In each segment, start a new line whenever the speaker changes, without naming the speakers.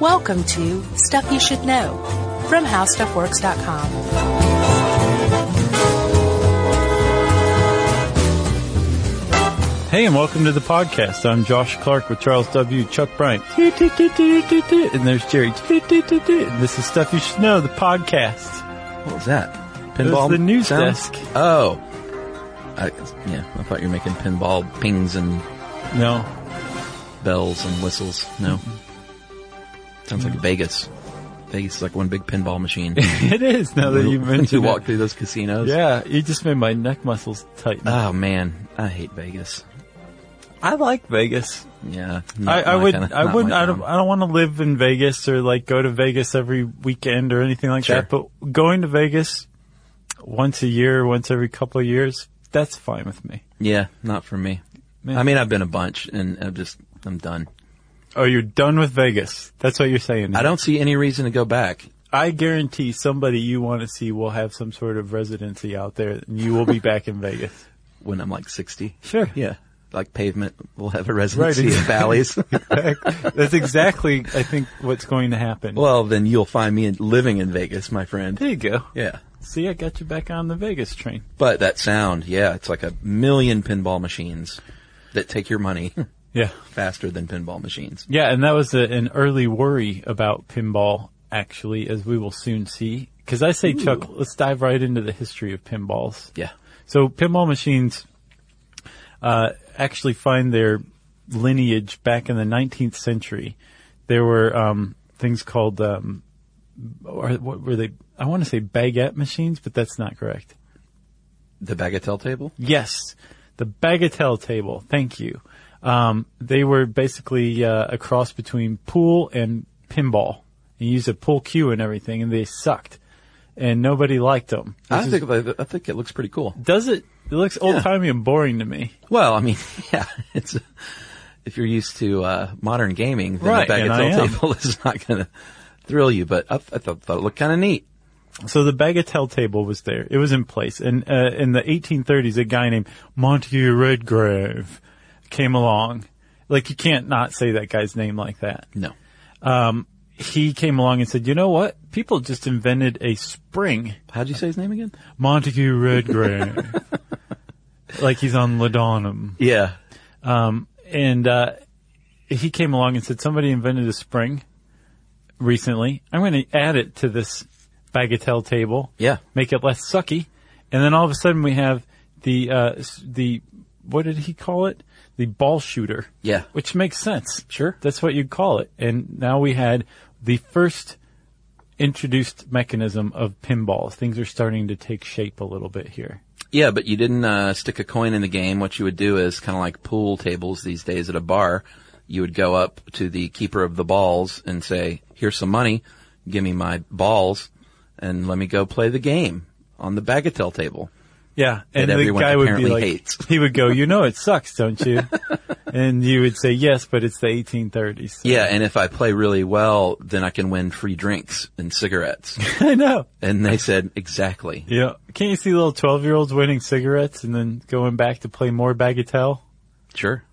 Welcome to Stuff You Should Know from HowStuffWorks.com.
Hey, and welcome to the podcast. I'm Josh Clark with Charles W. Chuck Bryant. And there's Jerry. And This is Stuff You Should Know, the podcast.
What was that?
was
Pinball.
the news
sounds?
desk.
Oh. I, yeah, I thought you were making pinball pings and
No,
bells and whistles. No.
Mm-hmm.
Sounds like Vegas. Vegas is like one big pinball machine.
it is now that you mentioned
you
it.
walk through those casinos.
Yeah, you just made my neck muscles tighten.
Oh man, I hate Vegas.
Uh, I like Vegas.
Yeah.
I,
not
I
my
would,
kinda-
I
not
wouldn't,
my
I don't,
kinda.
I don't want to live in Vegas or like go to Vegas every weekend or anything like that. But going to Vegas once a year, once every couple of years, that's fine with me.
Yeah, not for me.
Man.
I mean, I've been a bunch and I'm just, I'm done.
Oh, you're done with Vegas. That's what you're saying.
I don't see any reason to go back.
I guarantee somebody you want to see will have some sort of residency out there and you will be back in Vegas.
when I'm like 60.
Sure.
Yeah. Like pavement will have a residency in
exactly.
valleys.
That's exactly, I think, what's going to happen.
well, then you'll find me in, living in Vegas, my friend.
there you go.
Yeah.
See, I got you back on the Vegas train.
But that sound, yeah, it's like a million pinball machines that take your money
Yeah.
faster than pinball machines.
Yeah, and that was a, an early worry about pinball, actually, as we will soon see. Because I say, Chuck, let's dive right into the history of pinballs.
Yeah.
So pinball machines uh, actually find their lineage back in the 19th century. There were um, things called, um, or what were they? I want to say baguette machines, but that's not correct.
The bagatelle table?
Yes, the bagatelle table. Thank you. Um, they were basically uh, a cross between pool and pinball. You use a pool cue and everything, and they sucked, and nobody liked them.
I think, I think it looks pretty cool.
Does it? It looks old timey and boring to me.
Well, I mean, yeah, it's, if you're used to, uh, modern gaming, then
Right,
the
and I
bagatelle
am.
table is not gonna thrill you, but I, th- I thought thought it looked kinda neat.
So the bagatelle table was there. It was in place. And uh, in the 1830s, a guy named Montague Redgrave came along. Like, you can't not say that guy's name like that.
No.
He came along and said, you know what? People just invented a spring.
How'd you say his name again?
Montague Redgrave. like he's on Ladonum.
Yeah.
and uh, he came along and said somebody invented a spring recently. I'm going to add it to this bagatelle table.
Yeah.
make it less sucky, and then all of a sudden we have the uh, s- the what did he call it? The ball shooter.
Yeah.
which makes sense.
Sure.
that's what you'd call it. And now we had the first introduced mechanism of pinballs. Things are starting to take shape a little bit here.
Yeah, but you didn't uh, stick a coin in the game. What you would do is kind of like pool tables these days at a bar. You would go up to the keeper of the balls and say, "Here's some money. Give me my balls, and let me go play the game on the bagatelle table."
Yeah, and the
everyone
guy would be
apparently
like,
hates.
he would go, you know, it sucks, don't you? and you would say, yes, but it's the 1830s. So-
Yeah, and if I play really well, then I can win free drinks and cigarettes.
I know.
and they said, "Exactly."
Yeah, can't you see little 12 year olds winning cigarettes and then going back to play more bagatelle?
Sure.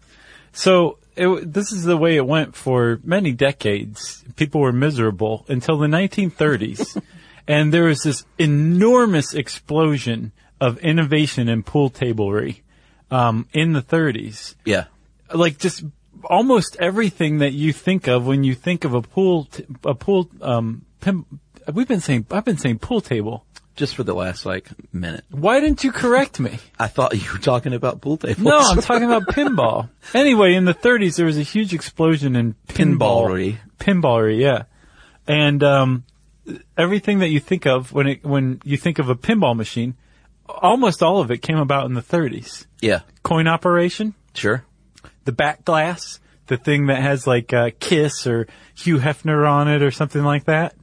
So it, w- this is the way it went for many decades. People were miserable until the 1930s, and there was this enormous explosion of innovation in pool tablery um, in the 30s.
Yeah.
like just almost everything that you think of when you think of a pool, t- a pool, um, pim- we've been saying, I've been saying pool table.
Just for the last like minute,
Why didn't you correct me?
I thought you were talking about pool tables.
No, I'm talking about pinball. Anyway, in the 30s, there was a huge explosion in pinball.
Pinballery.
Pinballery, yeah. And, um, everything that you think of when it, when you think of a pinball machine, almost all of it came about in the 30s.
yeah.
Coin operation,
Sure.
the back glass, the thing that has like uh, Kiss or Hugh Hefner on it or something like that.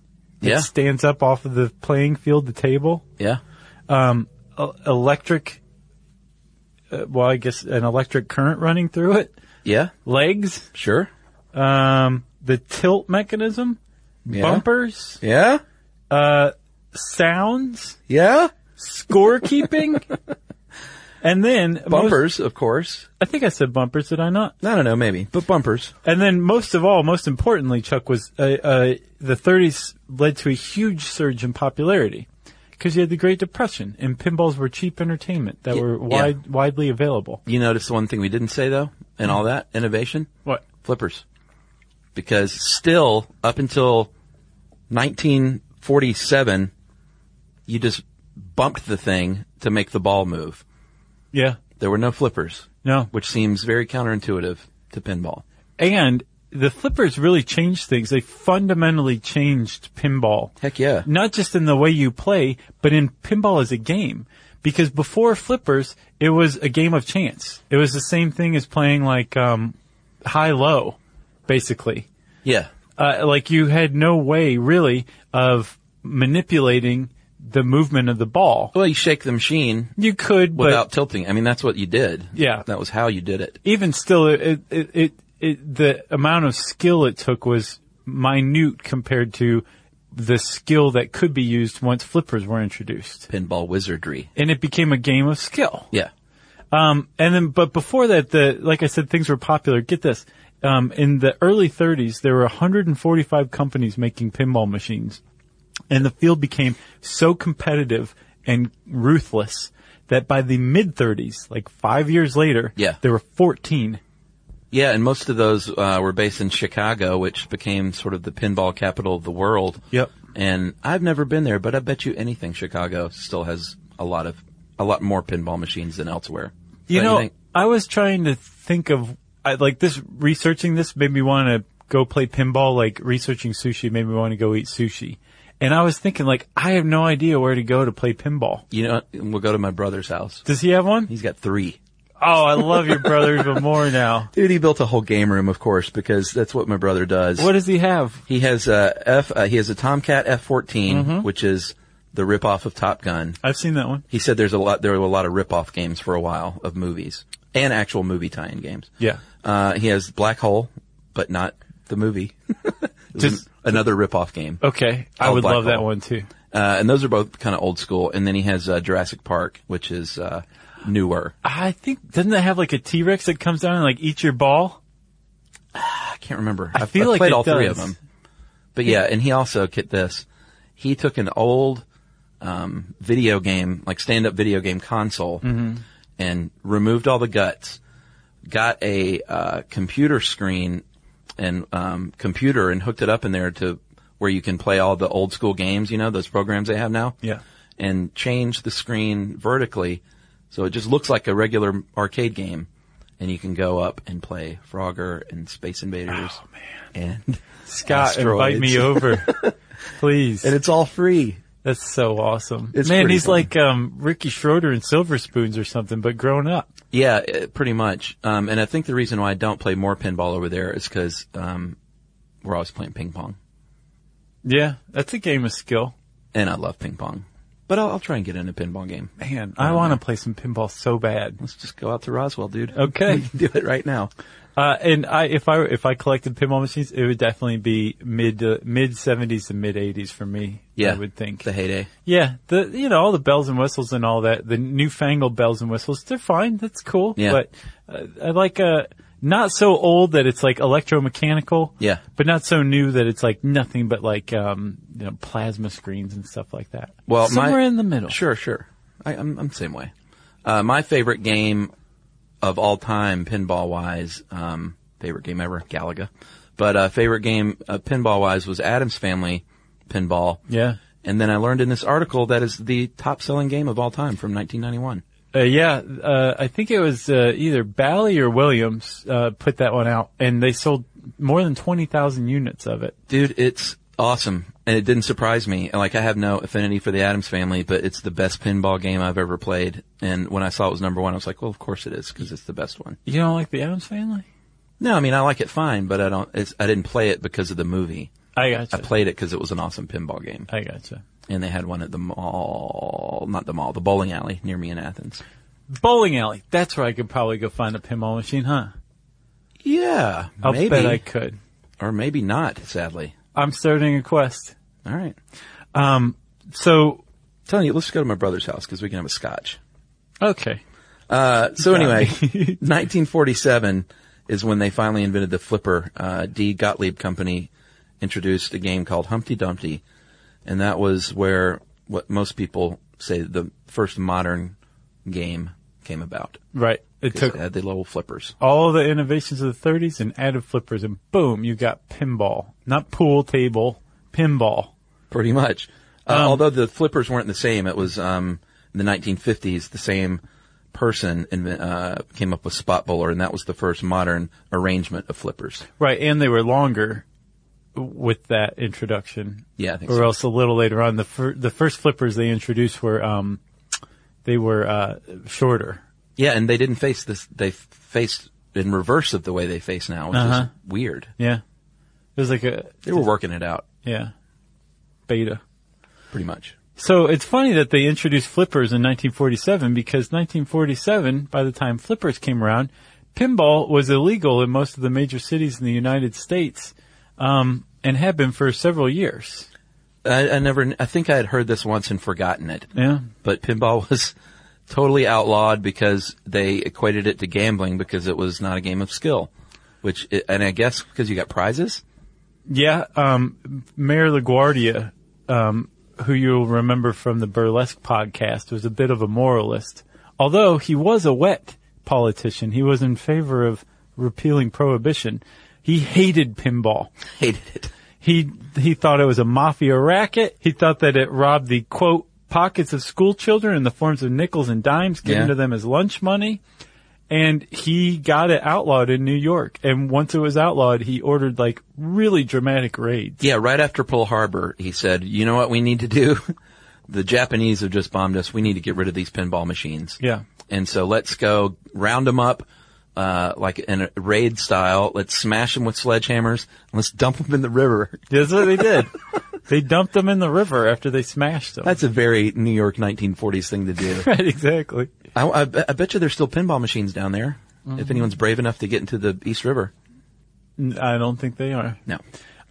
Yeah.
It stands up off of the playing field, the table.
Yeah.
E- electric, uh, well, I guess an electric current running through it.
Yeah.
Legs,
Sure.
um, the tilt mechanism,
Yeah.
bumpers,
Yeah.
uh, sounds,
Yeah.
scorekeeping. And then Most,
Bumpers, of course.
I think I said bumpers, did I not?
I don't know, maybe, but bumpers.
And then most of all, most importantly, Chuck was uh, uh, the 30s led to a huge surge in popularity because you had the Great Depression and pinballs were cheap entertainment that
Yeah,
were
yeah.
wide, widely available.
You notice the one thing we didn't say though, and all that innovation,
What?
flippers, because still up until 1947, you just bumped the thing to make the ball move.
Yeah.
There were no flippers,
No.
which seems very counterintuitive to pinball.
And the flippers really changed things. They fundamentally changed pinball.
Heck yeah.
Not just in the way you play, but in pinball as a game. Because before flippers, it was a game of chance. It was the same thing as playing like um, high low, basically.
Yeah.
uh, like you had no way really of manipulating the movement of the ball.
Well, you shake the machine
You could,
without
but
tilting. I mean, that's what you did.
Yeah.
That was how you did it.
even still, it, it, it, it, the amount of skill it took was minute compared to the skill that could be used once flippers were introduced.
Pinball wizardry.
And it became a game of skill.
Yeah.
And then, but before that, the, like I said, things were popular. Get this. Um, in the early 30s, there were 145 companies making pinball machines. And the field became so competitive and ruthless that by the mid 30s, like five years later,
Yeah.
there were 14.
Yeah, and most of those uh, were based in Chicago, which became sort of the pinball capital of the world.
Yep.
And I've never been there, but I bet you anything Chicago still has a lot of a lot more pinball machines than elsewhere.
You
Don't
know,
think?
I was trying to think of, I, like this, researching this made me want to go play pinball, like researching sushi made me want to go eat sushi. And I was thinking like, I have no idea where to go to play pinball.
you know, we'll go to my brother's house.
Does he have one?
He's got three.
Oh, I love your brother even more now.
Dude, he built a whole game room, of course, because that's what my brother does.
What does he have?
He has a F. Uh, he has a Tomcat F14, which is the ripoff of Top Gun.
I've seen that one.
He said there's a lot. There were a lot of ripoff games for a while of movies and actual movie tie-in games.
Yeah.
Uh, he has Black Hole, but not the movie. It was
Just-
an- another ripoff game.
Okay. I
Oh,
would
Black
love that
Hole.
one too.
Uh, and those are both kind of old school. And then he has uh, Jurassic Park, which is uh, newer.
I think, doesn't that have like a T-Rex that comes down and like eats your ball?
I can't remember.
I
I've-
feel
I've
like
played
it
all three of
does.
them. But yeah, and he also get this. He took an old um, video game, like stand-up video game console,
Mm-hmm.
and removed all the guts. Got a uh, computer screen and um, computer and hooked it up in there to where you can play all the old school games. You know those programs they have now.
Yeah.
And change the screen vertically, so it just looks like a regular arcade game, and you can go up and play Frogger and Space Invaders. Oh man. And
Scott, invite me
Asteroids.
over. Please.
and it's all free.
That's so awesome.
It's
Man,
pretty
he's
fun.
like, um, Ricky Schroeder and Silver Spoons or something, but grown up.
Yeah, eh, pretty much. Um, and I think the reason why I don't play more pinball over there is because um, we're always playing ping pong,
Yeah. That's a game of skill.
and I love ping pong. But I'll, I'll try and get in a pinball game.
Man, I want to play some pinball so bad.
Let's just go out to Roswell, dude.
Okay.
we can do it right now.
Uh, and I, if I, if I collected pinball machines, it would definitely be mid, uh, mid seventies to mid eighties for me.
Yeah,
I would think.
the heyday.
Yeah, the you know all the bells and whistles and all that, the newfangled bells and whistles, they're fine. That's cool.
Yeah.
But uh, I like uh not so old that it's like electromechanical.
Yeah.
But not so new that it's like nothing but like um you know plasma screens and stuff like that.
Well, my-
somewhere in the middle.
Sure, sure. I, I'm, I'm the same way. Uh, my favorite game of all time, pinball wise, um, favorite game ever, Galaga. But uh, favorite game uh, pinball wise was Adam's Family Pinball.
Yeah.
And then I learned in this article that is the top selling game of all time from 1991.
Uh, yeah, uh, I think it was uh, either Bally or Williams uh, put that one out, and they sold more than twenty thousand units of it.
Dude, it's awesome. And it didn't surprise me. Like I have no affinity for the Adams family, but it's the best pinball game I've ever played. And when I saw it was number one, I was like, well, of course it is because it's the best one.
You don't like the Adams Family?
No, I mean, I like it fine, but I don't, it's, I didn't play it because of the movie.
I gotcha.
I played it because it was an awesome pinball game.
I gotcha.
And they had one at the mall, not the mall, the bowling alley near me in Athens.
Bowling alley. That's where I could probably go find a pinball machine, huh?
Yeah,
I'll
maybe.
bet I could.
or maybe not, sadly.
I'm starting a quest.
All right.
Um, so
telling you, let's go to my brother's house because we can have a scotch.
okay,
Uh, so anyway, 1947 is when they finally invented the flipper. Uh, D. Gottlieb Company introduced a game called Humpty Dumpty, and that was where what most people say the first modern game came about.
Right. It
'Cause
took
They had the little flippers.
all the innovations of the 30s and added flippers, and boom, you got pinball. Not pool table, pinball.
Pretty much. Uh, although the flippers weren't the same, it was um, in the 1950s. The same person inven- uh, came up with spot bowler, and that was the first modern arrangement of flippers.
Right, and they were longer with that introduction.
Yeah, I think
or
so.
else a little later on, the fir- the first flippers they introduced were um, they were uh, shorter.
Yeah, and they didn't face this. They faced in reverse of the way they face now, which
Uh-huh.
is weird.
Yeah, it was like a
They were working it out
yeah beta.
pretty much.
So it's funny that they introduced flippers in 1947 because 1947, by the time flippers came around, pinball was illegal in most of the major cities in the United States, um, and had been for several years.
I, I never. I think I had heard this once and forgotten it.
Yeah.
But pinball was totally outlawed because they equated it to gambling because it was not a game of skill. Which, i- and I guess because you got prizes.
Yeah, um, Mayor LaGuardia, um, who you'll remember from the burlesque podcast, was a bit of a moralist. Although he was a wet politician, he was in favor of repealing prohibition. He hated pinball.
Hated it.
He he thought it was a mafia racket. He thought that it robbed the quote pockets of school children in the forms of nickels and dimes given
Yeah.
to them as lunch money. And he got it outlawed in New York. And once it was outlawed, he ordered like really dramatic raids.
Yeah, right after Pearl Harbor, he said, "You know what we need to do? the Japanese have just bombed us. We need to get rid of these pinball machines."
Yeah.
And so let's go round them up, uh, like in a raid style. Let's smash them with sledgehammers. And let's dump them in the river.
That's what they did. they dumped them in the river after they smashed them.
That's a very New York 1940s thing to do.
right, exactly.
I, I be- I bet you there's still pinball machines down there.
Mm-hmm.
If anyone's brave enough to get into the East River.
N- I don't think they are.
No.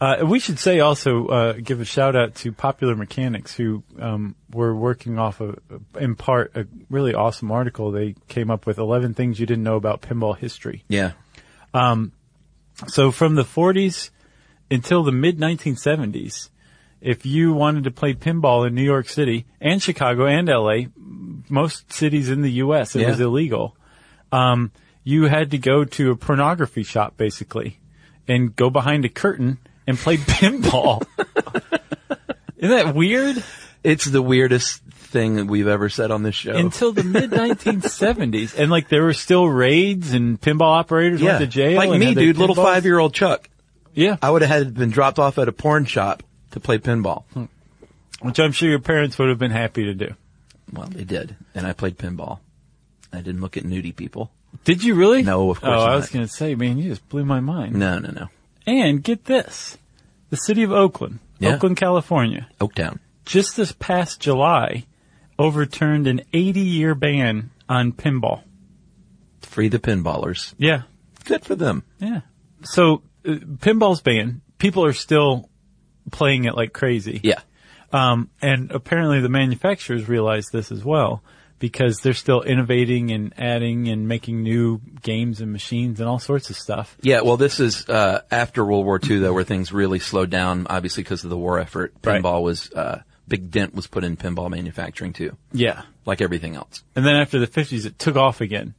Uh, we should say also uh, give a shout out to Popular Mechanics who um, were working off of, in part, a really awesome article. They came up with 11 things you didn't know about pinball history.
Yeah.
So from the 40s until the mid 1970s, if you wanted to play pinball in New York City and Chicago and LA, m- most cities in the US, it
Yeah.
was illegal. Um, you had to go to a pornography shop basically and go behind a curtain and play pinball. Isn't that weird?
It's the weirdest thing that we've ever said on this show.
Until the mid 1970s, and like there were still raids and pinball operators went to jail.
Like
and
me,
had their
dude, little
pinballs.
five year old Chuck.
Yeah,
I would have had been dropped off at a porn shop to play pinball.
Hmm. which I'm sure your parents would have been happy to do.
Well, they did. And I played pinball. I didn't look at nudie people.
Did you really?
No, of course
Oh, I
not.
was going to say, man, you just blew my mind.
No, no, no.
And get this. The city of Oakland,
Yeah.
Oakland, California,
Oaktown.
just this past July overturned an 80 year ban on pinball.
Free the pinballers.
Yeah.
Good for them.
Yeah. So uh, pinball's banned. People are still playing it like crazy.
Yeah.
Um, and apparently the manufacturers realize this as well because they're still innovating and adding and making new games and machines and all sorts of stuff.
Yeah, well, this is uh, after World War II, though, where things really slowed down, obviously because of the war effort.
Right.
Pinball was uh, big dent was put in pinball manufacturing too,
Yeah.
like everything else.
And then after the 50s, it took off again.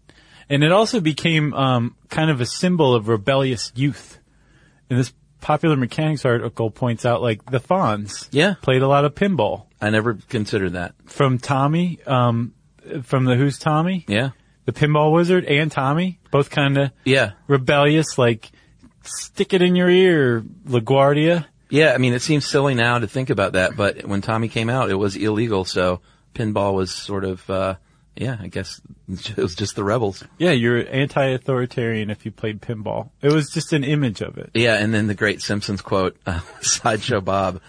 And it also became um, kind of a symbol of rebellious youth. And this popular mechanics article points out, like, the Fonz
Yeah.
played a lot of pinball.
I never considered that.
From Tommy, um, from the Who's Tommy,
Yeah,
the Pinball Wizard and Tommy, both kind of
yeah,
rebellious, like, stick it in your ear, LaGuardia.
yeah. I mean, it seems silly now to think about that, but when Tommy came out, it was illegal, so pinball was sort of, uh, yeah, I guess it was just the rebels.
Yeah, you're anti-authoritarian if you played pinball. It was just an image of it.
Yeah, and then the great Simpsons quote, uh, Sideshow Bob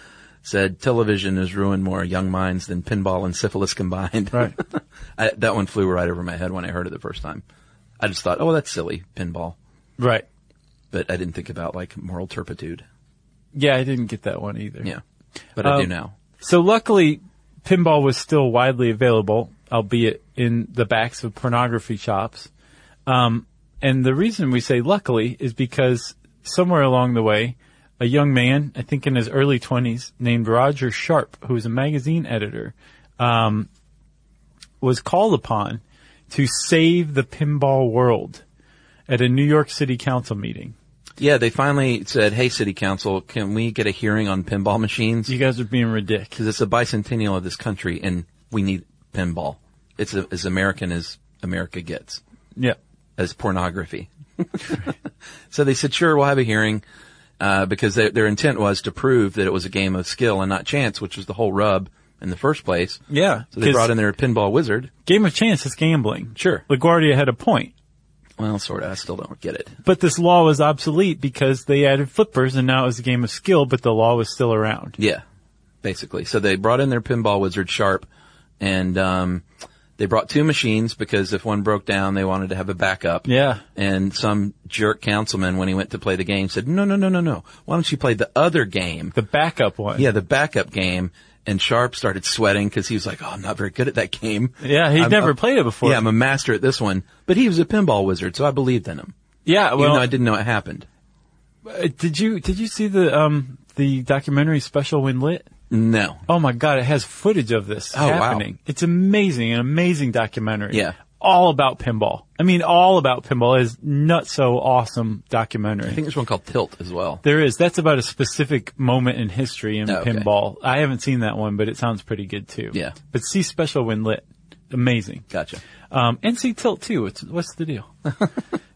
said, "Television has ruined more young minds than pinball and syphilis combined."
Right.
I, that one flew right over my head when I heard it the first time. I just thought, "Oh, that's silly, pinball,"
Right.
but I didn't think about like moral turpitude.
Yeah, I didn't get that one either.
Yeah, but I
Um,
do now.
So luckily, pinball was still widely available. albeit in the backs of pornography shops. Um, and the reason we say luckily is because somewhere along the way, a young man, I think in his early 20s, named Roger Sharp, who was a magazine editor, um, was called upon to save the pinball world at a New York City council meeting.
Yeah, they finally said, "Hey, City Council, can we get a hearing on pinball machines?
You guys are being ridiculous.
Because it's the bicentennial of this country, and we need pinball. It's a, as American as America gets,
Yeah.
as pornography." so they said, "Sure, we'll have a hearing," uh, because their their intent was to prove that it was a game of skill and not chance, which was the whole rub in the first place.
Yeah.
So they
'cause
brought in their pinball wizard.
Game of Chance is gambling.
Sure.
LaGuardia had a point.
Well, sort of. I still don't get it.
But this law was obsolete because they added flippers and now it was a game of skill, but the law was still around.
Yeah, basically. So they brought in their pinball wizard Sharp, and um, they brought two machines because if one broke down, they wanted to have a backup.
Yeah.
And some jerk councilman, when he went to play the game, said, "No, no, no, no, no. Why don't you play the other game?
The backup one.
Yeah, the backup game." And Sharp started sweating because he was like, "Oh, I'm not very good at that game."
Yeah, he'd
I'm
never
a-
played it before.
Yeah, I'm a master at this one. But he was a pinball wizard, so I believed in him.
Yeah,
Even
well,
though I didn't know it happened.
uh, did you, did you see the, um, the documentary special when lit?
No.
Oh my God, it has footage of this
Oh, wow.
happening. It's amazing, an amazing documentary.
Yeah.
All about pinball. I mean, all about pinball It is not so awesome documentary.
I think there's one called Tilt as well.
There is. That's about a specific moment in history in
Okay.
pinball. I haven't seen that one, but it sounds pretty good too.
Yeah.
But see special when lit. Amazing.
Gotcha.
Um, and see tilt too. It's, what's the deal?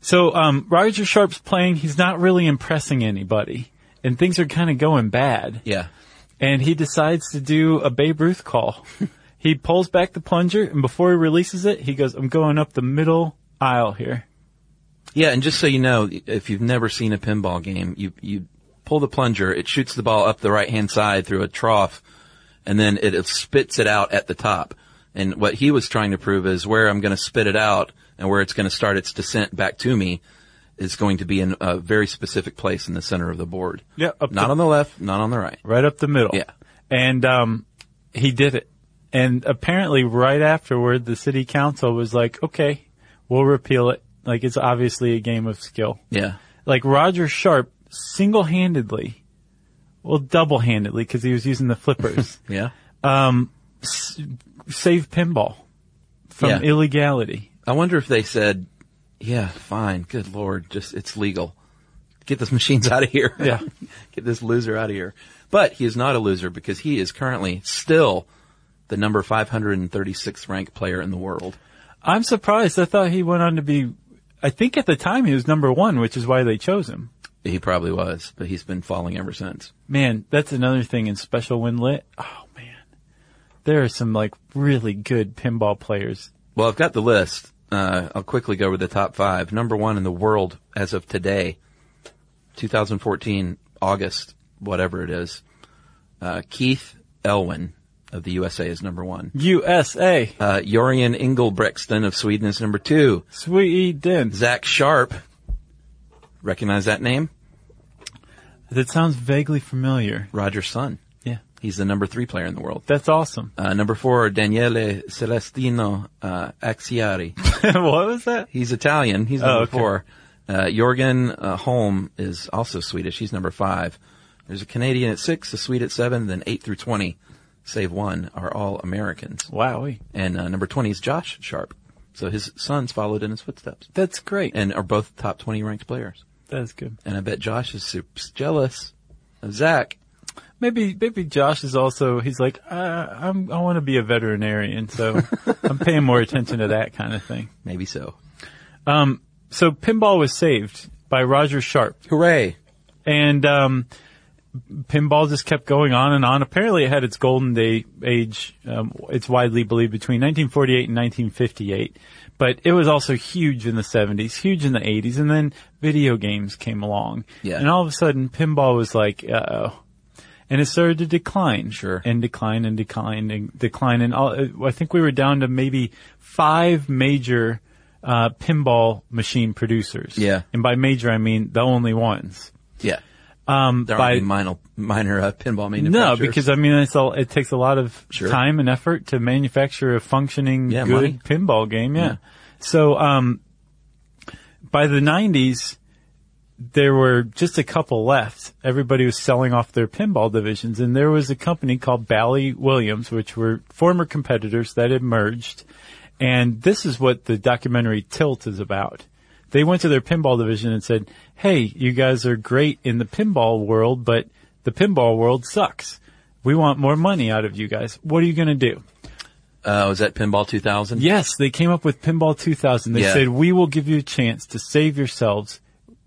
so, um, Roger Sharp's playing. He's not really impressing anybody and things are kind of going bad
Yeah.
and he decides to do a Babe Ruth call. he pulls back the plunger and before he releases it, he goes, I'm going up the middle aisle here.
Yeah, and just so you know, if you've never seen a pinball game, you you pull the plunger, it shoots the ball up the right hand side through a trough, and then it, it spits it out at the top. And what he was trying to prove is where I'm going to spit it out and where it's going to start its descent back to me is going to be in a very specific place in the center of the board.
Yeah, up
not
the-
on the left, not on the right.
right up the middle.
Yeah.
And um, he did it. And apparently, right afterward, the city council was like, "Okay, we'll repeal it. Like it's obviously a game of skill."
Yeah,
Like Roger Sharp single-handedly, well, double-handedly, because he was using the flippers,
yeah.
saved pinball from
Yeah.
illegality.
I wonder if they said, "Yeah, fine, good lord, just it's legal. Get this machines out of here.
Yeah.
get this loser out of here." But he is not a loser because he is currently still the number 536th ranked player in the world.
I'm surprised. I thought he went on to be. I think at the time he was number one, which is why they chose him.
He probably was, but he's been falling ever since.
Man, that's another thing in special win lit. Oh man, there are some like really good pinball players.
Well, I've got the list. Uh, I'll quickly go over the top five. Number one in the world as of today, 2014, August, whatever it is. Uh, Keith Elwin of the USA is number one.
USA,
Uh, Jorian Ingelbrexton of Sweden is number two.
Sweden.
Zach Sharp. Recognize that name?
That sounds vaguely familiar.
Roger's son.
Yeah,
He's the number three player in the world.
that's awesome.
Uh, number four, Daniele Celestino uh, Axiari.
what was that?
He's Italian. He's number
okay.
four. Uh, Jorgen uh, Holm is also Swedish. He's number five. There's a Canadian at six, a Swede at seven, then eight through 20, save one, are all Americans.
Wow,
And uh, number 20 is Josh Sharp. So his sons followed in his footsteps.
that's great.
and are both top 20 ranked players.
That's good.
And I bet Josh is super jealous of Zach.
Maybe maybe Josh is also. He's like, uh, I'm, I want to be a veterinarian, so I'm paying more attention to that kind of thing.
Maybe so.
So pinball was saved by Roger Sharp.
Hooray.
and um, pinball just kept going on and on. Apparently, it had its golden day age. Um, it's widely believed between 1948 and 1958, but it was also huge in the 70s, huge in the 80s, and then video games came along.
Yeah.
And all of a sudden, pinball was like, uh oh. And it started to decline,
Sure.
and decline and decline and decline. And all, uh, I think we were down to maybe five major uh, pinball machine producers.
Yeah.
and by major I mean the only ones.
Yeah.
Um,
There
by-
aren't any minor, minor uh, pinball
no,
manufacturers.
because I mean, it's all, it takes a lot of
Sure.
time and effort to manufacture a functioning
Yeah,
good
money.
pinball game. Yeah.
Yeah.
So, um, by the nineties, there were just a couple left. Everybody was selling off their pinball divisions and there was a company called Bally Williams, which were former competitors that had merged. And this is what the documentary Tilt is about. They went to their pinball division and said, Hey, you guys are great in the pinball world, but the pinball world sucks. We want more money out of you guys. What are you going to do?
uh, was that Pinball 2000?
Yes, they came up with Pinball 2000. They
Yeah.
said, we will give you a chance to save yourselves,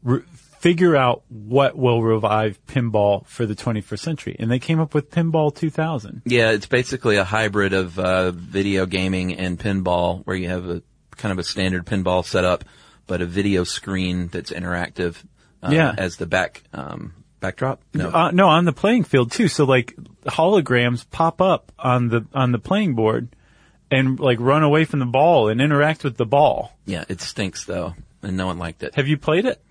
re- figure out what will revive pinball for the 21st century. And they came up with Pinball 2000.
Yeah, it's basically a hybrid of uh, video gaming and pinball, where you have a kind of a standard pinball setup, but a video screen that's interactive uh,
Yeah.
as the back um, backdrop. No.
Uh, no, on the playing field too. So like holograms pop up on the, on the playing board and like run away from the ball and interact with the ball.
yeah, it stinks though, and no one liked it.
Have you played it?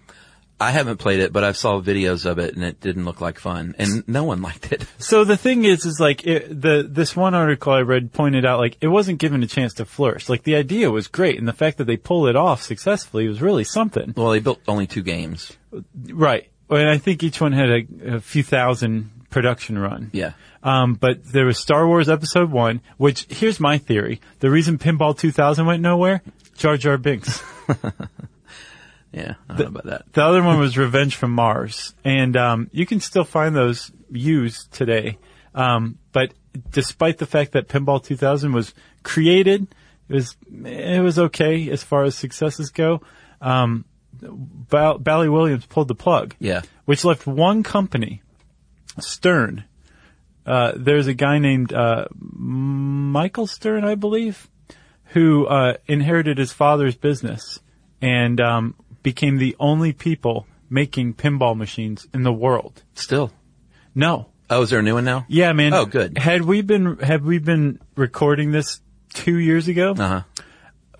I haven't played it, but I've saw videos of it, and it didn't look like fun, and no one liked it.
So the thing is, is like it, the this one article I read pointed out like it wasn't given a chance to flourish. Like the idea was great, and the fact that they pulled it off successfully was really something,
Well, they built only two games.
right? And I think each one had a, a few thousand production run.
Yeah.
Um, but there was Star Wars Episode One, which here's my theory: the reason Pinball 2000 went nowhere, Jar Jar Binks.
Yeah, I don't know about that.
The other one was Revenge from Mars, and um, you can still find those used today. Um, but despite the fact that Pinball 2000 was created, it was it was okay as far as successes go. Um, Bal- Bally Williams pulled the plug,
Yeah.
which left one company, Stern. Uh, there's a guy named uh, Michael Stern, I believe, who uh, inherited his father's business and um, became the only people making pinball machines in the world.
Still.
No,
Oh, is there a new one now?
yeah, man.
Oh, good.
Had we been had we been recording this two years ago,
Uh huh.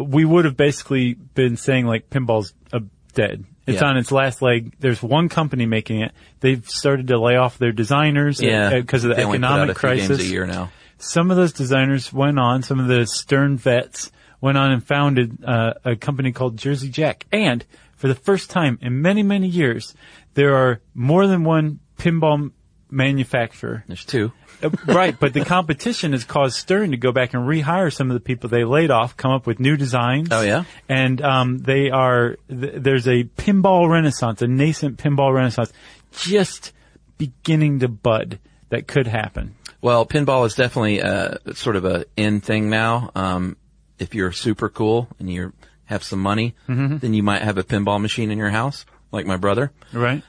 we would have basically been saying like pinball's uh, dead. It's
Yeah.
on its last leg. There's one company making it. They've started to lay off their designers
Yeah.
because uh, of the
they only put out
economic
a few
crisis.
Games a year now.
Some of those designers went on. Some of the stern vets went on and founded uh, a company called Jersey Jack. And for the first time in many many years, there are more than one pinball manufacturer
There's two.
uh, right, but the competition has caused Stern to go back and rehire some of the people they laid off, come up with new designs.
Oh, yeah?
and um, they are th- there's a pinball renaissance, a nascent pinball renaissance, just beginning to bud that could happen.
Well, pinball is definitely uh, sort of a in thing now. Um, if you're super cool and you have some money,
Mm-hmm.
then you might have a pinball machine in your house, like my brother.
Right?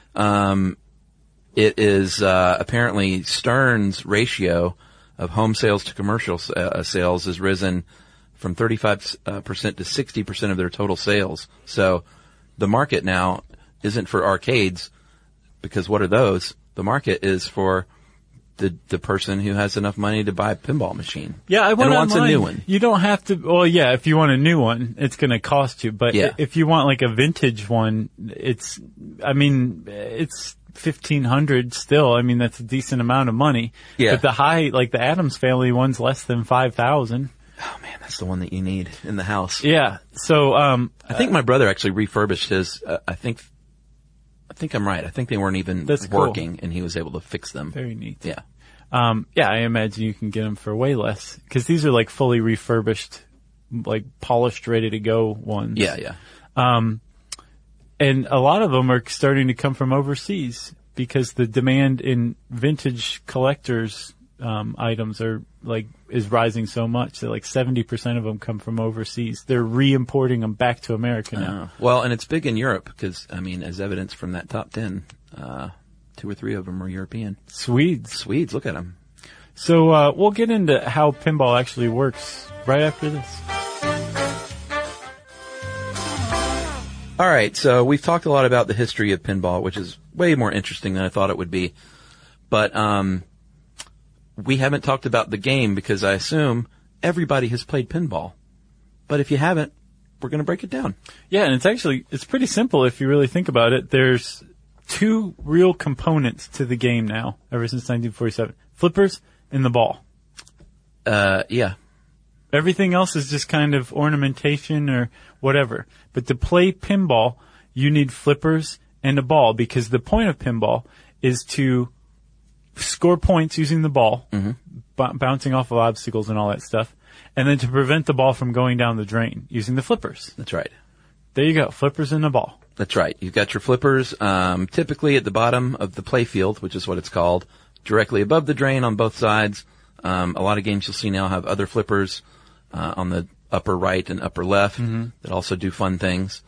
It is uh, apparently Stern's ratio of home sales to commercial s- uh, sales has risen from 35% uh, percent to 60% of their total sales. So the market now isn't for arcades because what are those? The market is for the the person who has enough money to buy a pinball machine.
yeah, I went
and wants
online.
a new one.
You don't have to. Well, yeah, if you want a new one, it's going to cost you. But
Yeah.
i- if you want like a vintage one, it's. I mean, it's. 1500 still. I mean, that's a decent amount of money.
Yeah.
But the high, like the Adams family one's less than 5,000.
Oh man, that's the one that you need in the house.
Yeah. So, um,
I think my brother actually refurbished his. Uh, I think, I think I'm right. I think they weren't even
That's cool.
working, and he was able to fix them.
very neat.
Yeah.
Um, yeah, I imagine you can get them for way less because these are like fully refurbished, like polished, ready to go ones.
Yeah, yeah.
and a lot of them are starting to come from overseas because the demand in vintage collectors um, items are like is rising so much that like 70% of them come from overseas they're re-importing them back to america now
Oh. Well, and it's big in Europe because, I mean, as evidence from that top 10, uh, two or three of them are European.
swedes
Swedes, look at them.
so uh, we'll get into how pinball actually works right after this
All right, so we've talked a lot about the history of pinball, which is way more interesting than I thought it would be. But um, we haven't talked about the game because I assume everybody has played pinball. But if you haven't, we're going to break it down.
yeah and it's actually it's pretty simple if you really think about it there's two real components to the game now, ever since 1947. Flippers and the ball.
Uh, yeah.
Everything else is just kind of ornamentation or whatever. But to play pinball, you need flippers and a ball because the point of pinball is to score points using the ball, b- bouncing off of obstacles and all that stuff, and then to prevent the ball from going down the drain using the flippers.
That's right.
There you go, flippers and the ball.
That's right. You've got your flippers, um, typically at the bottom of the play field, which is what it's called, directly above the drain on both sides. Um, a lot of games you'll see now have other flippers uh, on the upper right and upper left that also do fun things,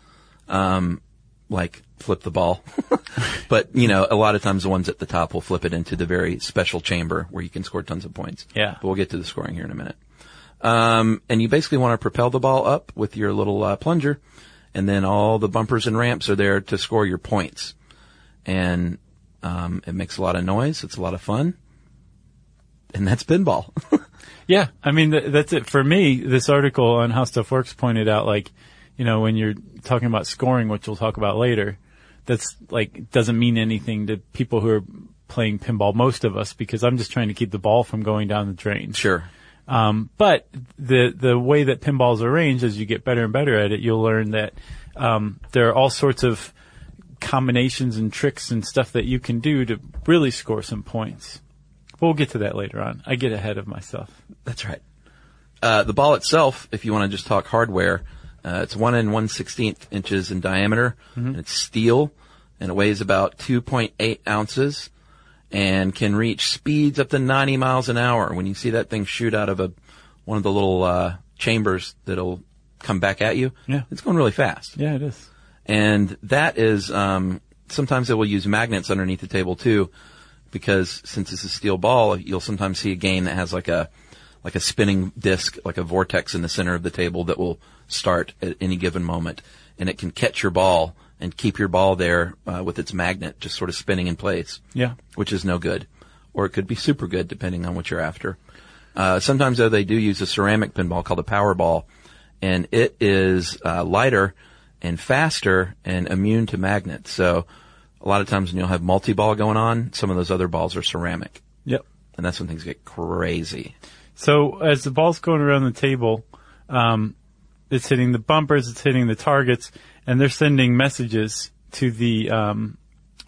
um, like flip the ball. but you know, a lot of times the ones at the top will flip it into the very special chamber where you can score tons of points.
Yeah.
But we'll get to the scoring here in a minute. Um, and you basically want to propel the ball up with your little uh, plunger, and then all the bumpers and ramps are there to score your points. And um, it makes a lot of noise. It's a lot of fun. And that's pinball.
Yeah, I mean th- that's it for me. This article on How Stuff Works pointed out, like, you know, when you're talking about scoring, which we'll talk about later, that's like doesn't mean anything to people who are playing pinball. Most of us, because I'm just trying to keep the ball from going down the drain.
sure.
But the the way that pinball's arranged, as you get better and better at it, you'll learn that um, there are all sorts of combinations and tricks and stuff that you can do to really score some points. But we'll get to that later on. I get ahead of myself.
That's right. Uh, the ball itself, if you want to just talk hardware, uh, it's one and one sixteenth inches in diameter. And it's steel, and it weighs about two point eight ounces, and can reach speeds up to ninety miles an hour. When you see that thing shoot out of a one of the little uh, chambers that'll come back at you,
Yeah.
it's going really fast.
Yeah, it is.
And that is, um, sometimes they will use magnets underneath the table too, because since it's a steel ball, you'll sometimes see a game that has like a, like a spinning disc, like a vortex in the center of the table that will start at any given moment. And it can catch your ball and keep your ball there uh, with its magnet just sort of spinning in place
Yeah.
which is no good, or it could be super good depending on what you're after. Uh, sometimes though they do use a ceramic pinball called a power ball, and it is uh, lighter and faster and immune to magnets. So a lot of times when you'll have multi-ball going on, some of those other balls are ceramic,
Yep.
and that's when things get crazy.
So as the ball's going around the table, um, it's hitting the bumpers, it's hitting the targets, and they're sending messages to the, um,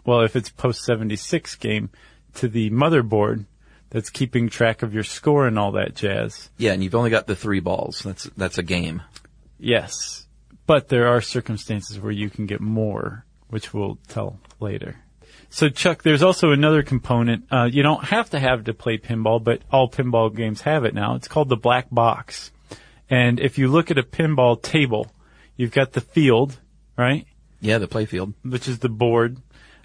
well, if it's post 76 game, to the motherboard that's keeping track of your score and all that jazz.
Yeah, and you've only got the three balls. That's that's a game.
Yes. But there are circumstances where you can get more, which we'll tell later. So Chuck, there's also another component. Uh, you don't have to have to play pinball, but all pinball games have it now. It's called the black box. And if you look at a pinball table, you've got the field, right?
Yeah, the playfield.
which is the board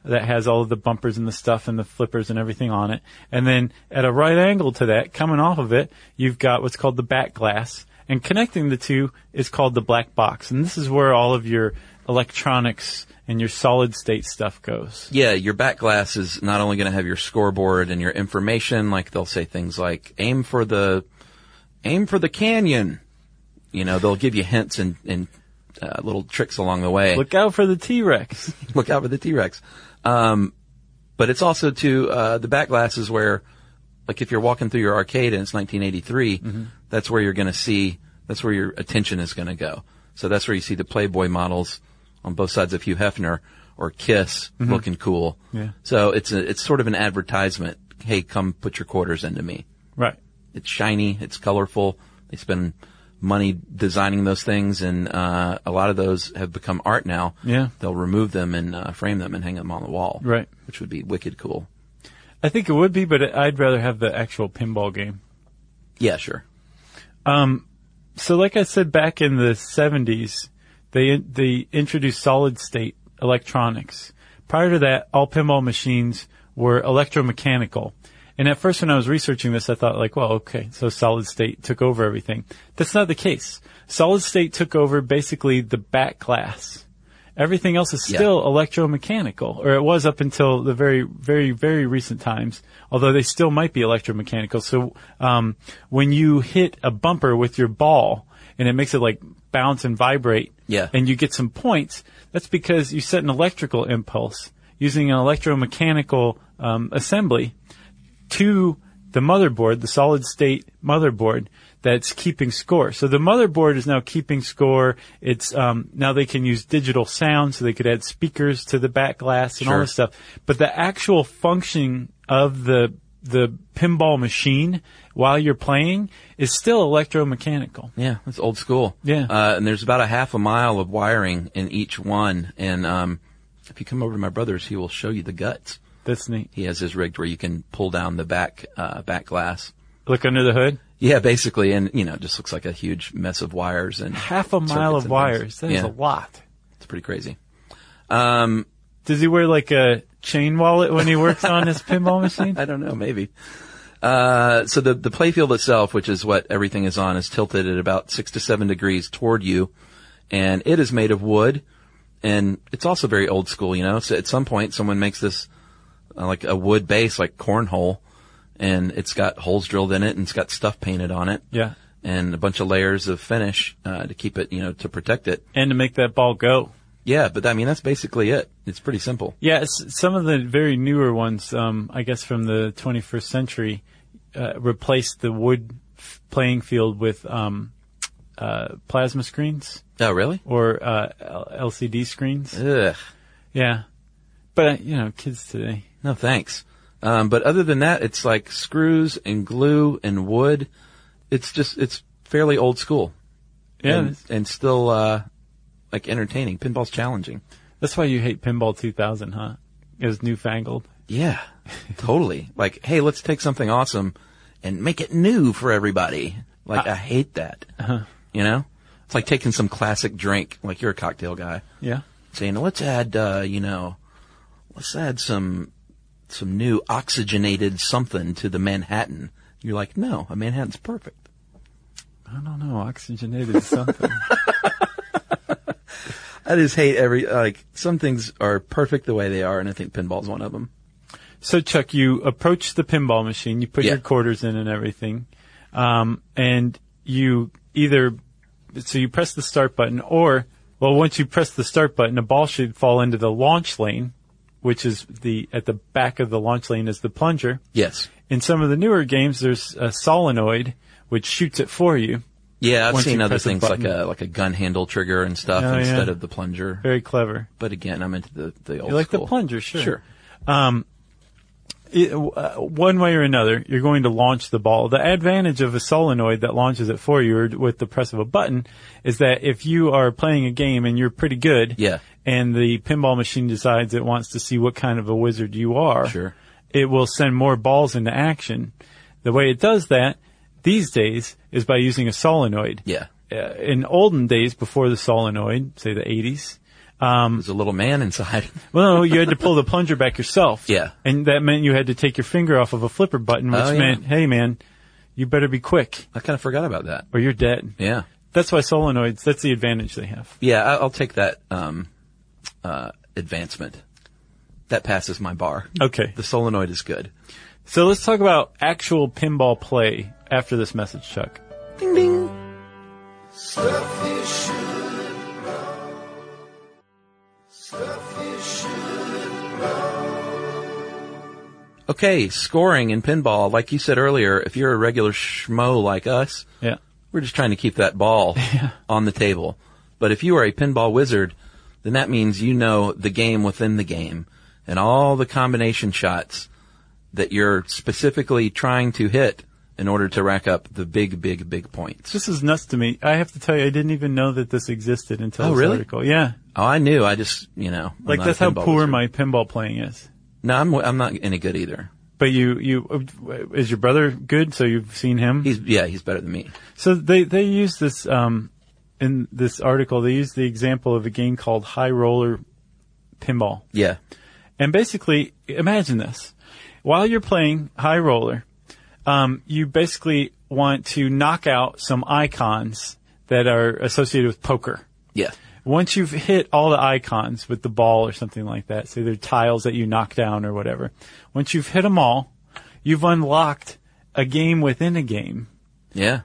that has all of the bumpers and the stuff and the flippers and everything on it. And then at a right angle to that, coming off of it, you've got what's called the back glass. And connecting the two is called the black box. And this is where all of your electronics and your solid state stuff goes.
Yeah, your back glass is not only going to have your scoreboard and your information, like they'll say things like aim for the aim for the canyon. You know, they'll give you hints and and uh, little tricks along the way.
Look out for the T-Rex.
Look out for the T-Rex. Um, but it's also to uh, the back glass is where, like, if you're walking through your arcade and it's 1983, that's where you're going to see. That's where your attention is going to go. So that's where you see the Playboy models on both sides of Hugh Hefner or Kiss looking cool.
Yeah.
So it's a, it's sort of an advertisement. Hey, come put your quarters into me.
right.
It's shiny. It's colorful. They spend money designing those things, and uh, a lot of those have become art now.
Yeah.
they'll remove them and uh, frame them and hang them on the wall.
Right.
which would be wicked cool.
I think it would be, but I'd rather have the actual pinball game.
Yeah, sure.
So, like I said, back in the seventies, they they introduced solid state electronics. Prior to that, all pinball machines were electromechanical. And at first, when I was researching this, I thought, like, well, okay, so solid state took over everything. That's not the case. Solid state took over basically the back glass. Everything else is
Yeah.
still electromechanical, or it was up until the very, very, very recent times, although they still might be electromechanical. So, um, when you hit a bumper with your ball and it makes it like bounce and vibrate,
Yeah.
and you get some points, that's because you set an electrical impulse. using an electromechanical um, assembly to the motherboard, the solid state motherboard that's keeping score. So the motherboard is now keeping score. It's um, now they can use digital sound, so they could add speakers to the back glass and all
Sure.
this stuff. But the actual function of the the pinball machine while you're playing is still electromechanical.
Yeah, that's old school.
Yeah.
Uh, and there's about a half a mile of wiring in each one. And, um, if you come over to my brother's, he will show you the guts.
That's neat.
He has his rigged where you can pull down the back, uh, back glass.
Look under the hood.
Yeah, basically. And, you know, it just looks like a huge mess of wires and
Half a mile
circuits
of
and things.
wires. That is
yeah,
a lot.
It's pretty crazy. Um,
Does he wear like a chain wallet when he works on his pinball machine?
I don't know, maybe. Uh, so the, the playfield itself, which is what everything is on, is tilted at about six to seven degrees toward you. And it is made of wood. And it's also very old school, you know? So at some point, someone makes this, uh, like a wood base, like cornhole. And it's got holes drilled in it and it's got stuff painted on it.
Yeah.
And a bunch of layers of finish, uh, to keep it, you know, to protect it.
And to make that ball go.
Yeah. But I mean, that's basically it. It's pretty simple.
Yeah, s- some of the very newer ones, um, I guess from the 21st century, uh, replaced the wood f- playing field with um, uh, plasma screens
Oh, really?
or uh, L- LCD screens.
Ugh.
Yeah, but uh, you know, kids today.
No, thanks. Um, but other than that, it's like screws and glue and wood. It's just, it's fairly old school.
Yeah,
And,
that's-
and still, uh, like entertaining. Pinball's challenging.
that's why you hate Pinball 2000, huh? It was newfangled.
Yeah. totally. Like, hey, let's take something awesome and make it new for everybody. Like, I, hate that. You know? It's like taking some classic drink, like you're a cocktail guy,
Yeah.
saying, let's add, uh, you know, let's add some, some new oxygenated something to the Manhattan. You're like, no, a Manhattan's perfect.
I don't know, oxygenated is something.
I just hate every like some things are perfect the way they are, and I think pinball's one of them.
So Chuck, you approach the pinball machine, you put
Yeah.
your quarters in and everything, um, and you either, so you press the start button or, well, once you press the start button, a ball should fall into the launch lane, which is the, at the back of the launch lane is the plunger.
Yes.
In some of the newer games, there's a solenoid which shoots it for you.
Yeah, I've
Once
seen
you
other
press a
things like
button.
a like a gun handle trigger and stuff
Oh,
instead
yeah.
of the plunger.
Very clever.
But again, I'm into the the old.
You like the
school.
plunger, sure.
Sure.
it, uh, one way or another, you're going to launch the ball. The advantage of a solenoid that launches it for you or with the press of a button is that if you are playing a game and you're pretty good,
Yeah.
and the pinball machine decides it wants to see what kind of a wizard you are,
Sure.
it will send more balls into action. The way it does that these days is by using a solenoid.
Yeah.
Uh, in olden days, before the solenoid, say the 80s,
There's a little man inside.
well, no, you had to pull the plunger back yourself.
Yeah.
And that meant you had to take your finger off of a flipper button, which
Oh, yeah.
meant, hey man, you better be quick
I kind of forgot about that.
or you're dead.
Yeah.
That's why solenoids, that's the advantage they have.
Yeah, I, I'll take that um, uh, advancement. That passes my bar.
Okay.
The solenoid is good.
So let's talk about actual pinball play after this message, Chuck.
Ding ding.
Stuff you should know. Stuff you should know.
Okay, scoring in pinball. Like you said earlier, if you're a regular schmo like us,
Yeah.
We're just trying to keep that ball on the table. But if you are a pinball wizard, then that means you know the game within the game and all the combination shots that you're specifically trying to hit in order to rack up the big, big, big points.
This is nuts to me. I have to tell you, I didn't even know that this existed until
Oh,
this
really?
article. Yeah.
Oh, I knew. I just, you know, I'm
Like
not
that's
a
how
pinball
poor
wizard.
my pinball playing is.
No, I'm I'm not any good either.
But you, you, is your brother good? So you've seen him?
He's yeah, he's better than me.
So they they use this um, in this article. They use the example of a game called High Roller Pinball,
Yeah,
and basically, imagine this: while you're playing High Roller, um, you basically want to knock out some icons that are associated with poker.
yeah,
Once you've hit all the icons with the ball or something like that, say they're tiles that you knock down or whatever. Once you've hit them all, you've unlocked a game within a game
yeah.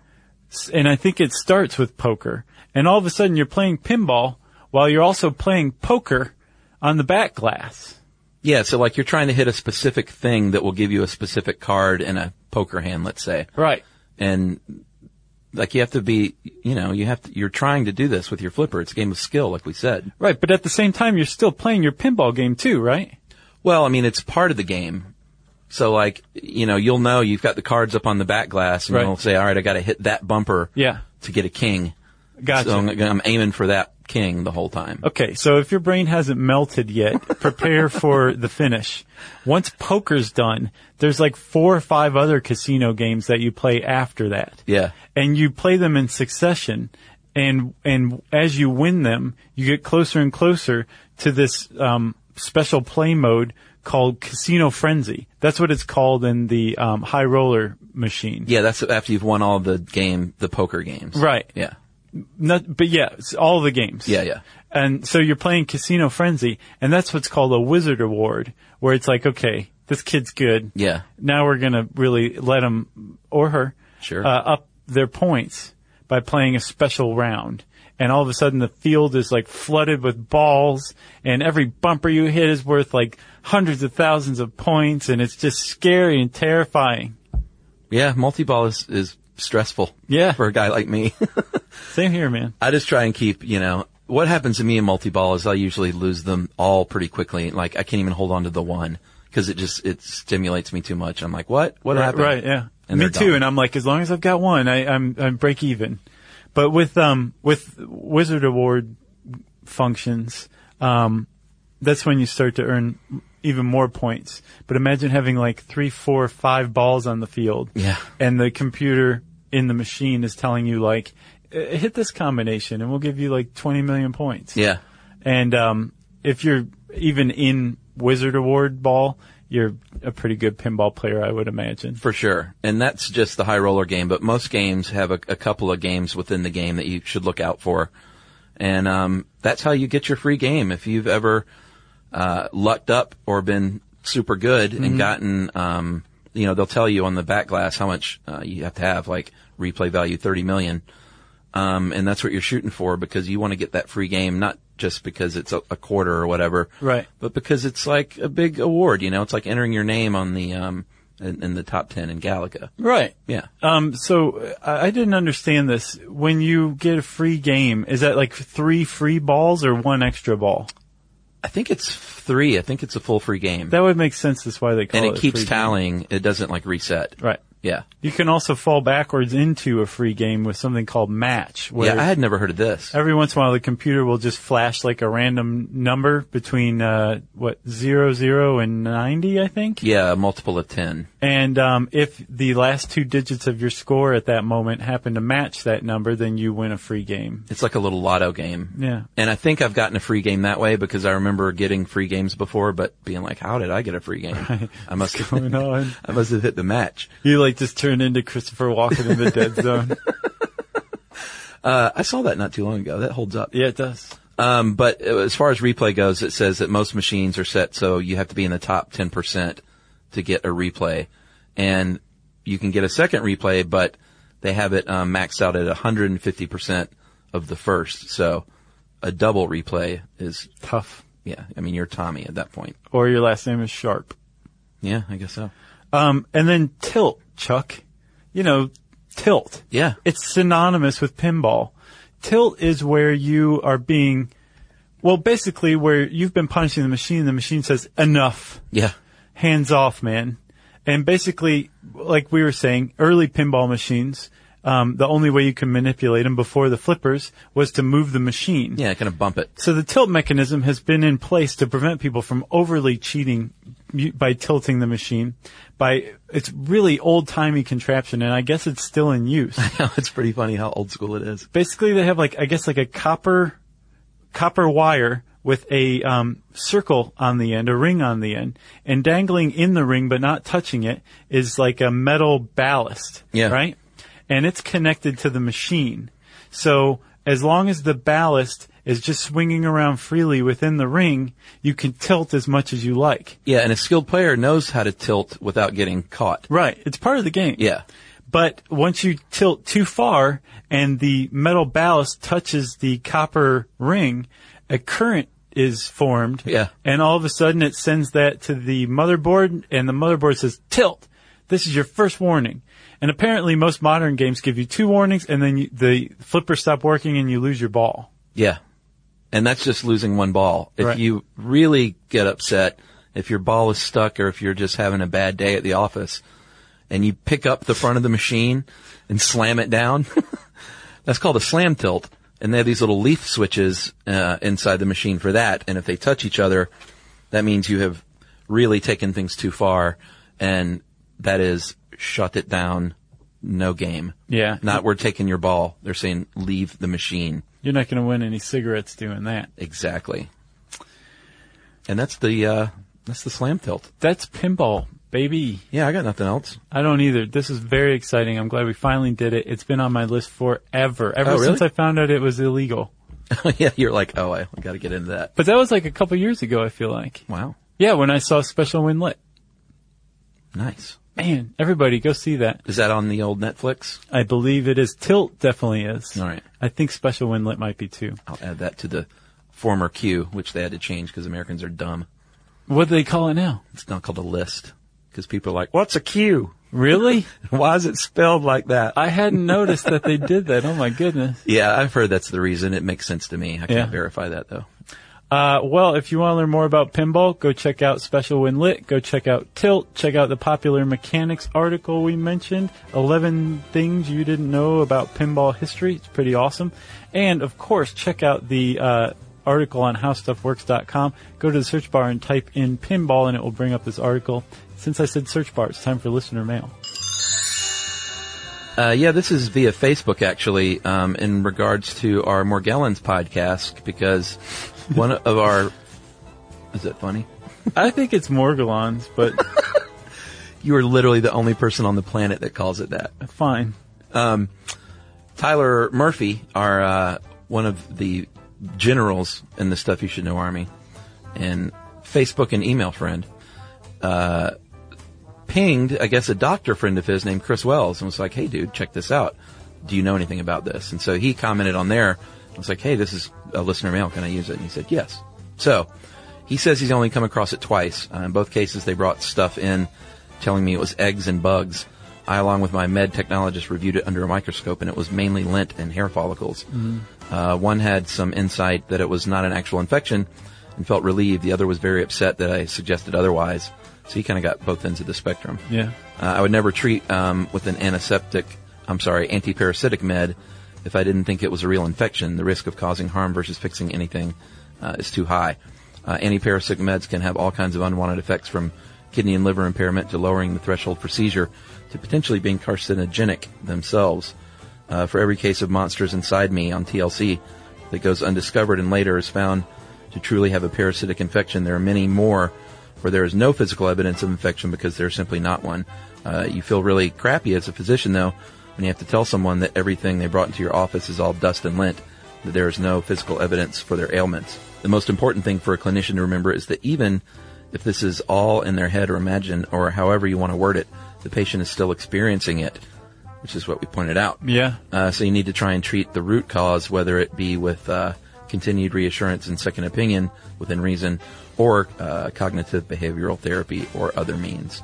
and I think it starts with poker. And all of a sudden you're playing pinball while you're also playing poker on the back glass.
Yeah, so like you're trying to hit a specific thing that will give you a specific card in a poker hand, let's say.
Right.
And like you have to be, you know, you have to, you're trying to do this with your flipper. It's a game of skill, like we said.
Right. But at the same time, you're still playing your pinball game too, right?
Well, I mean, it's part of the game. So like, you know, you'll know you've got the cards up on the back glass and
Right.
you'll say, all right, I got to hit that bumper
Yeah.
to get a king.
Gotcha.
So I'm, I'm aiming for that king the whole time.
Okay, so if your brain hasn't melted yet, prepare for the finish. Once poker's done, there's like four or five other casino games that you play after that.
Yeah.
And you play them in succession. And, and as you win them, you get closer and closer to this, um, special play mode called Casino Frenzy. That's what it's called in the, um, high roller machine.
Yeah, that's after you've won all the game, the poker games.
Right.
Yeah.
Not, but yeah, it's all the games.
Yeah, yeah.
And so you're playing Casino Frenzy, and that's what's called a Wizard Award, where it's like, okay, this kid's good.
Yeah.
Now we're gonna really let him or her
Sure.
uh, up their points by playing a special round. And all of a sudden, the field is like flooded with balls, and every bumper you hit is worth like hundreds of thousands of points, and it's just scary and terrifying.
Yeah, multi-ball is, is stressful.
Yeah.
For a guy like me.
Same here, man.
I just try and keep, you know, what happens to me in multi-ball is I usually lose them all pretty quickly. Like I can't even hold on to the one because it just, it stimulates me too much. I'm like, what? What
Right,
happened?
right, yeah.
And
Me
they're
too.
gone.
And I'm like, as long as I've got one, I, I'm I'm break even. But with um with Wizard Award functions, um, that's when you start to earn even more points. But imagine having like three, four, five balls on the field.
Yeah.
And the computer in the machine is telling you like, "Eh, hit this combination, and we'll give you like 20 million points.
Yeah.
And um, if you're even in Wizard Award ball, you're a pretty good pinball player, I would imagine.
For sure. And that's just the high roller game, but most games have a, a couple of games within the game that you should look out for. And, um, that's how you get your free game. If you've ever, uh, lucked up or been super good
Mm-hmm.
and gotten, um, you know, they'll tell you on the back glass how much, uh, you have to have, like replay value 30 million. Um, and that's what you're shooting for because you want to get that free game, not just because it's a, a quarter or whatever,
Right.
But because it's like a big award, you know, it's like entering your name on the um in, in the top ten in Galaga.
Right.
Yeah.
Um, so uh, I I didn't understand this. When you get a free game, is that like three free balls or one extra ball?
I think it's three. I think it's a full free game,
That would make sense. That's why they call
and
it.
it keeps
free game.
tallying. It doesn't like reset.
Right.
Yeah.
You can also fall backwards into a free game with something called match, where
Yeah. I had never heard of this.
every once in a while the computer will just flash like a random number between uh, what zero zero and ninety, I think.
Yeah, a multiple of ten.
And um, if the last two digits of your score at that moment happen to match that number, then you win a free game.
It's like a little lotto game.
Yeah.
And I think I've gotten a free game that way because I remember getting free games before, but being like, "How did I get a free game? I must have,
going on?
I must have hit the match."
You like just turn into Christopher Walken in the dead zone.
Uh, I saw that not too long ago. That holds up.
Yeah, it does.
Um, but uh, as far as replay goes, it says that most machines are set so you have to be in the top 10% to get a replay. And you can get a second replay, but they have it um, maxed out at 150% of the first. So a double replay is,
Tough.
yeah, I mean, you're Tommy at that point.
Or your last name is Sharp.
Yeah, I guess so.
Um, and then tilt, Chuck. You know, tilt.
Yeah.
It's synonymous with pinball. Tilt is where you are being, well, basically where you've been punching the machine and the machine says enough.
Yeah.
hands off, man. And basically, like we were saying, early pinball machines, um, the only way you can manipulate them before the flippers was to move the machine.
Yeah, kind of bump it.
So the tilt mechanism has been in place to prevent people from overly cheating mu- by tilting the machine. By it's really old timey contraption, and I guess it's still in use.
it's pretty funny how old school it is.
basically they have like I guess like a copper copper wire with a um, circle on the end, a ring on the end, and dangling in the ring but not touching it is like a metal ballast.
Yeah.
Right? And it's connected to the machine. So as long as the ballast is just swinging around freely within the ring, you can tilt as much as you like.
Yeah, and a skilled player knows how to tilt without getting caught.
Right. It's part of the game.
Yeah.
But once you tilt too far and the metal ballast touches the copper ring, a current is formed.
Yeah.
And all of a sudden it sends that to the motherboard and the motherboard says tilt. This is your first warning. And apparently most modern games give you two warnings and then you, the flippers stop working and you lose your ball.
Yeah. And that's just losing one ball. If
Right.
you really get upset, if your ball is stuck or if you're just having a bad day at the office and you pick up the front of the machine and slam it down, that's called a slam tilt. And they have these little leaf switches uh, inside the machine for that. And if they touch each other, that means you have really taken things too far. And that is shut it down, no game.
Yeah.
Not we're taking your ball. They're saying leave the machine.
You're not going to win any cigarettes doing that.
Exactly. And that's the uh, that's the slam tilt.
That's pinball, baby.
Yeah, I got nothing else.
I don't either. This is very exciting. I'm glad we finally did it. It's been on my list forever, ever
Oh, really?
since I found out it was illegal.
yeah, you're like, oh, I got to get into that.
But that was like a couple years ago, I feel like.
Wow,
Yeah, when I saw Special Win Lit.
nice.
Man, everybody go see that.
Is that on the old Netflix?
I believe it is. Tilt definitely is.
All right.
I think Special Win Lit might be too.
I'll add that to the former queue, which they had to change because Americans are dumb.
What do they call it now?
It's not called a list because people are like, what's a queue?
Really?
Why is it spelled like that?
I hadn't noticed that they did that. Oh my goodness.
yeah, I've heard that's the reason. It makes sense to me. I can't
Yeah.
verify that though.
Uh, well, if you want to learn more about pinball, go check out Special Win Lit. Go check out Tilt. Check out the popular mechanics article we mentioned. 11 things you didn't know about pinball history. It's pretty awesome. And of course, check out the, uh, article on howstuffworks.com. Go to the search bar and type in pinball and it will bring up this article. Since I said search bar, it's time for listener mail.
Uh, yeah, this is via Facebook actually, um, in regards to our Morgellons podcast because one of our is that funny?
I think it's Morgulons, but
You are literally the only person on the planet that calls it that.
fine.
Tyler Murphy, our uh, one of the generals in the Stuff You Should Know Army, and Facebook and email friend, uh, pinged, I guess, a doctor friend of his named Chris Wells and was like, hey, dude, check this out. Do you know anything about this? And so he commented on there. I was like, hey, this is a listener mail. Can I use it? And he said, yes. So he says he's only come across it twice. Uh, in both cases, they brought stuff in telling me it was eggs and bugs. I, along with my med technologist, reviewed it under a microscope, and it was mainly lint and hair follicles. Uh, one had some insight that it was not an actual infection and felt relieved. The other was very upset that I suggested otherwise. So he kind of got both ends of the spectrum.
Yeah.
Uh, I would never treat um, with an antiseptic, I'm sorry, antiparasitic med if I didn't think it was a real infection. The risk of causing harm versus fixing anything uh, is too high. Uh, antiparasitic meds can have all kinds of unwanted effects from kidney and liver impairment to lowering the threshold for seizure to potentially being carcinogenic themselves. Uh, for every case of monsters inside me on TLC that goes undiscovered and later is found to truly have a parasitic infection, there are many more where there is no physical evidence of infection because there's simply not one. Uh, you feel really crappy as a physician though when you have to tell someone that everything they brought into your office is all dust and lint, that there is no physical evidence for their ailments. The most important thing for a clinician to remember is that even if this is all in their head or imagine or however you want to word it, the patient is still experiencing it, which is what we pointed out.
Yeah.
Uh, so you need to try and treat the root cause, whether it be with uh, continued reassurance and second opinion within reason, or uh, cognitive behavioral therapy or other means.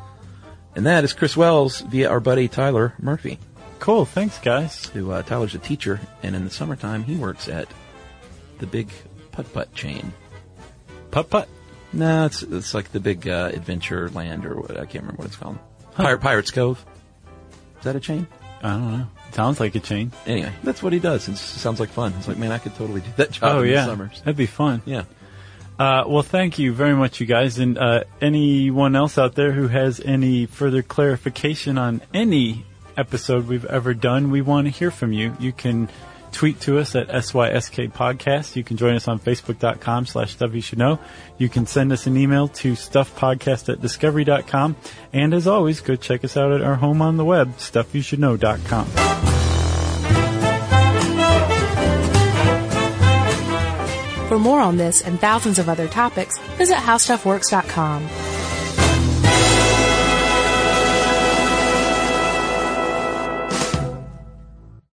And that is Chris Wells via our buddy Tyler Murphy,
Cool. Thanks, guys.
who uh, Tyler's a teacher, and in the summertime he works at the big putt putt chain.
Putt putt.
No, it's it's like the big uh, adventure land or what I can't remember what it's called. Pir- Pirates Cove. Is that a chain?
I don't know. Sounds like a chain.
Anyway, that's what he does. It sounds like fun. It's like, man, I could totally do that job
oh
in
yeah,
the summers.
that'd be fun.
Yeah.
Uh, well, thank you very much, you guys, and uh, anyone else out there who has any further clarification on any episode we've ever done, we want to hear from you. You can tweet to us at SYSK Podcast. You can join us on Facebook.com slash Stuff You Should Know. You can send us an email to StuffPodcast at Discovery.com. And as always, go check us out at our home on the web, StuffYouShouldKnow.com.
For more on this and thousands of other topics, visit HowStuffWorks.com.